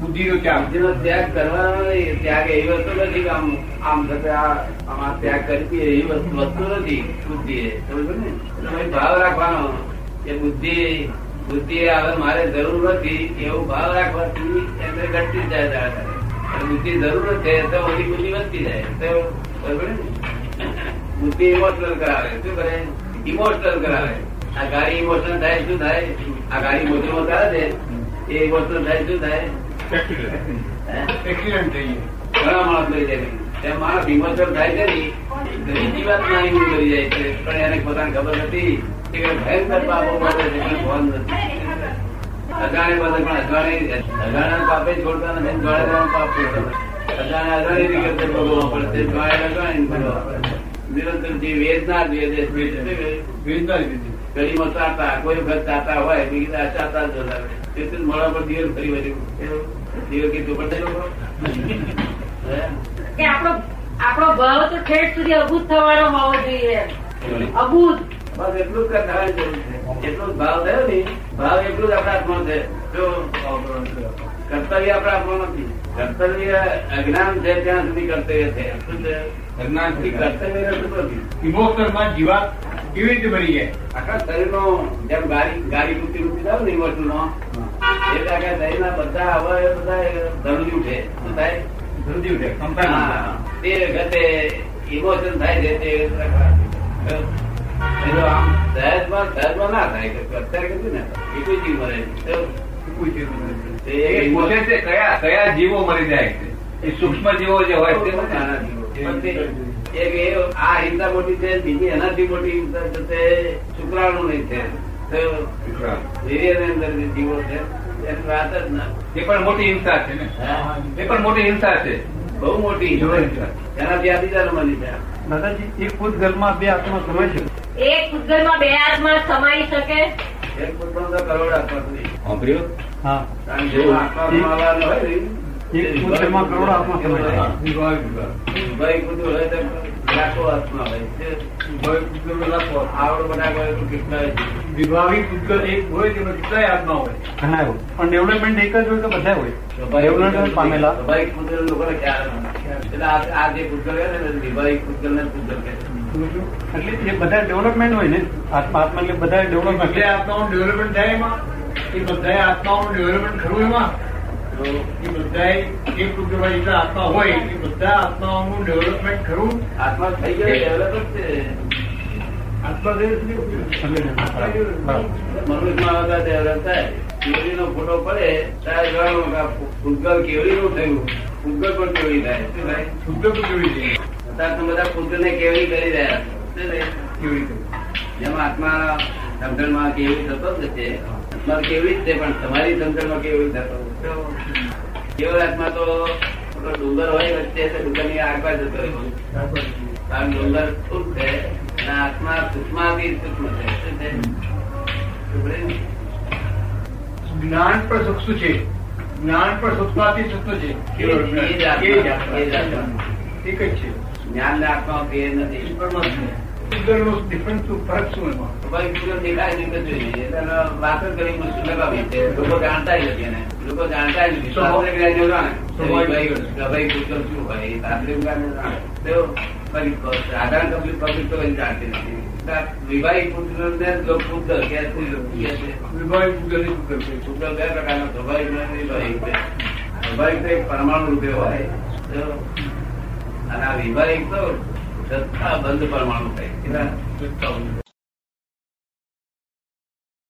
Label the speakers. Speaker 1: બુદ્ધિનો ત્યાગ
Speaker 2: બુદ્ધિનો ત્યાગ કરવાનો નહીં ત્યાગ એવી વસ્તુ નથી કે આમ આમ થતા આ- આમ આ ત્યાગ કરવી એવી વસ્તુ વસ્તુ નથી બુદ્ધિ એ. સમજો ને એટલે ભાઈ ભાવ રાખવાનો કે બુદ્ધિ બુદ્ધિ એ હવે મારે જરૂર નથી એવો ભાવ રાખવાથી એને ઘટતી જ જાય દાડા દાડે. અને બુદ્ધિ જરૂર છે તો ઓછી બુદ્ધિ વધતી જાય તો બરોબર ને બુદ્ધિ ઇમોશનલ કરાવે શું કરે ઇમોશનલ કરાવે આ ગાડી ઇમોશનલ થાય શું થાય આ ગાડી મોટી મોટી આવે છે એ ઇમોશનલ થાય શું થાય
Speaker 1: એક્સિડન્ટ
Speaker 2: હે?
Speaker 1: એક્સિડન્ટ થઈ ગયું.
Speaker 2: ઘણા માણસ લઈ જાય તેમ માણસ હિમોસર થાય છે ને બીજી વાત નાની ઊંઘ કરી જાય છે પણ એને પોતાને ખબર નથી કે ભયંકર પાપો માટે છે પણ ભાન નથી અજાણે બધે પણ અજાણે અજાણા પાપે છોડતા નથી અને અજાણ્યાના પાપ છોડતા નથી અજાણે અજાણી રીતે ભોગવવા પડશે અજાણે અજાણી ભોગવવા પડશે. નિરંતર જે વેદના જ વેદે છે.
Speaker 1: વેદના લીધી.
Speaker 2: ગલીમાં ચાતા કોઈ વખત ચાતા હોય બીજી આ ચાતા જ વધારે તેથી જ મોડા પર દિવસ ફરી વળ્યું દિવસ કીધું પટેલ લોકો? હે?
Speaker 3: કે આપણો આપણો ભાવ તો ઠેઠ સુધી અભૂત થવાનો હોવો જોઈએ અભૂત
Speaker 2: બસ એટલું જ કરવાની જરૂર છે એટલો જ ભાવ થયો ને ભાવ એટલું જ આપણા હાથમાં છે જો કર્તવ્ય આપણા હાથમાં નથી કર્તવ્ય અજ્ઞાન છે ત્યાં સુધી કર્તવ્ય છે શું છે
Speaker 1: અજ્ઞાનથી કર્તવ્ય.
Speaker 2: કર્તવ્ય રહેતું નથી
Speaker 1: ઇમોશનલમાં જીવાત કેવી રીતે ભરી જાય
Speaker 2: આખા શરીરનો જેમ ગાડી ગાડી તૂટી તૂટી જાવ ને ઇમોશનલનો એટલે આખા શરીરના બધા અવયવ બધા ધરુજી ઉઠે શું થાય
Speaker 1: જલ્દી ઉઠે, ક્ષમતા ન
Speaker 2: હા,
Speaker 1: ઉઠે.
Speaker 2: તે વખતે ઇમોશન થાય છે તે પેલો આમ સહેજમાં સહેજમાં ના થાય કે અત્યારે કીધું ને બીજું જીવ મરે છે.
Speaker 1: કોઈ ચીજ નથી.
Speaker 2: તે
Speaker 4: એ પોતે તે કયા કયા જીવો મરી જાય છે એ સૂક્ષ્મ જીવો જે હોય
Speaker 2: તે
Speaker 4: તે
Speaker 2: પણ
Speaker 4: બધા.
Speaker 2: નાના જીવો. પણ તે- એક એ આ હિંસા મોટી છે બીજી એનાથી મોટી હિંસા છે તે શુક્રાણુ નહીં છે તો વીર્યની અંદર જે જીવો છે એની વાત જ ના
Speaker 4: એ પણ મોટી હિંસા છે ને
Speaker 2: હા.
Speaker 4: એ પણ મોટી હિંસા છે
Speaker 2: બહુ મોટી
Speaker 4: જોડે છે.
Speaker 2: એનાથી આ બીજા નંબરની છે
Speaker 5: દાદાજી એક ખુદ ઘરમાં બે આત્મા સમાય છે
Speaker 3: એક ઉદ્ગલમાં બે હાથમાં સમાઈ શકે
Speaker 2: એક પોતાનો તો કરોડ આપવા જોઈએ.
Speaker 5: હા
Speaker 2: કારણ કે જો આત્મા મારવાનો હોય ને,
Speaker 5: એક ખુદ ઘરમાં કરોડો આત્મા સમાય છે
Speaker 1: વિભાવ, વિભાવ.
Speaker 2: ભય કૂતરો હોય તો લાખો આત્મા હોય છે.
Speaker 1: વિભાવી પુત્ર લાખો.
Speaker 2: આવડો બધા હોય તો કેટલા હોય છે?
Speaker 1: વિભાવી પુત્ર એક હોય તેમાં કેટલાય આત્મા હોય
Speaker 5: ઘણા એવું પણ ડેવલપમેન્ટ એક જ હોય કે બધા હોય
Speaker 2: સ્વાભાવિક
Speaker 5: ડેવલપમેન્ટ પામેલા.
Speaker 2: સ્વાભાવિક પુત્ર લોકોને ખ્યાલ ન હોય. એટલે આ આ જે પુત્ર કહે છે ને વિભાવિક પુત્રને પુત્ર કહે છે.
Speaker 5: એટલે એ બધા ડેવલપમેન્ટ હોય ને આત્મા આત્મા એટલે બધા ડેવલપમેન્ટ
Speaker 1: બધા આત્માઓનું ડેવલપમેન્ટ થાય એમાં એ બધા આત્માઓનું ડેવલપમેન્ટ ખરું એમાં
Speaker 2: તો
Speaker 1: એ બધા એક રૂપિયા જેટલા આત્મા હોય એ બધા આત્માઓનું ડેવલપમેન્ટ ખરું
Speaker 2: આત્મા થઈ ગયો ડેવલપ જ છે
Speaker 1: આત્મા થઈ સુધી
Speaker 2: મનુષ્યમાં આવતા ડેવલપ થાય કેવડીનો ફોટો પડે ત્યારે જોવાનું કે આ પૂતગલ કેવડીનું થયું પૂતગલ પણ કેવડી થાય શું થાય
Speaker 1: શુદ્ધ કેવી રીતે
Speaker 2: અત્યારે તો બધા પૂતગલને કેવડી કરી રહ્યા છે શું થાય?
Speaker 1: કેવી રીતે
Speaker 2: જેમાં આત્મા સમજણમાં કેવી થતો જ છે આત્મા કેવી જ છે પણ તમારી સમજણમાં કેવી થતો કેવો આત્મા તો પેલો ડુંગર હોય વચ્ચે તો ડુંગરની આરપાર જતો રહ્યો કારણ ડુંગર સ્થૂળ છે અને આત્મા સૂક્ષ્માથી સૂક્ષ્મ છે શું છે? ખબર છે?
Speaker 1: જ્ઞાન પણ સસ્તું છે જ્ઞાન પણ સસ્તાથી સસ્તું છે
Speaker 2: એ જ- એ જ આત્મા,
Speaker 1: એ જ આત્મા.
Speaker 2: એ જ આત્મા.
Speaker 1: એક જ છે
Speaker 2: જ્ઞાનને આત્મા પ્રિય નથી
Speaker 1: પરમાત્મા ડિફરન્સ શું ફરક શું એમાં
Speaker 2: ભાઈ પૂજન દેખાય નહીં તો જોઈએ એટલે એનો વાત જ કરી મુશ્કેલ લગાવી છે લોકો જાણતા જ નથી એને લોકો જાણતા જ નથી
Speaker 1: સ્વભાવ.
Speaker 2: શાસ્ત્રે જ્ઞાનીઓ જાણે.
Speaker 1: સ્વભાવ.
Speaker 2: ભાઈ ભાઈ પૂજન શું હોય એ શાસ્ત્રે જ્ઞાનીઓ જાણે. તેઓ ફરી સાધારણ public- public તો કદી જાણતી નથી વિવાહિક પુત્રને જ લોકો પૂજન કે શું લોકો કહે છે.
Speaker 1: વિભાવી પૂજન શું કરશે
Speaker 2: પૂજન બે પ્રકારનો સ્વાભાવિક અને વિવાહિક છે. સ્વાભાવિક તો એક પરમાણુ રૂપે હોય તેઓ અને આ વિવાહિક તો સત્તા બંધ પરમાણુ થાય કેટલા?
Speaker 1: સસ્તા હોય.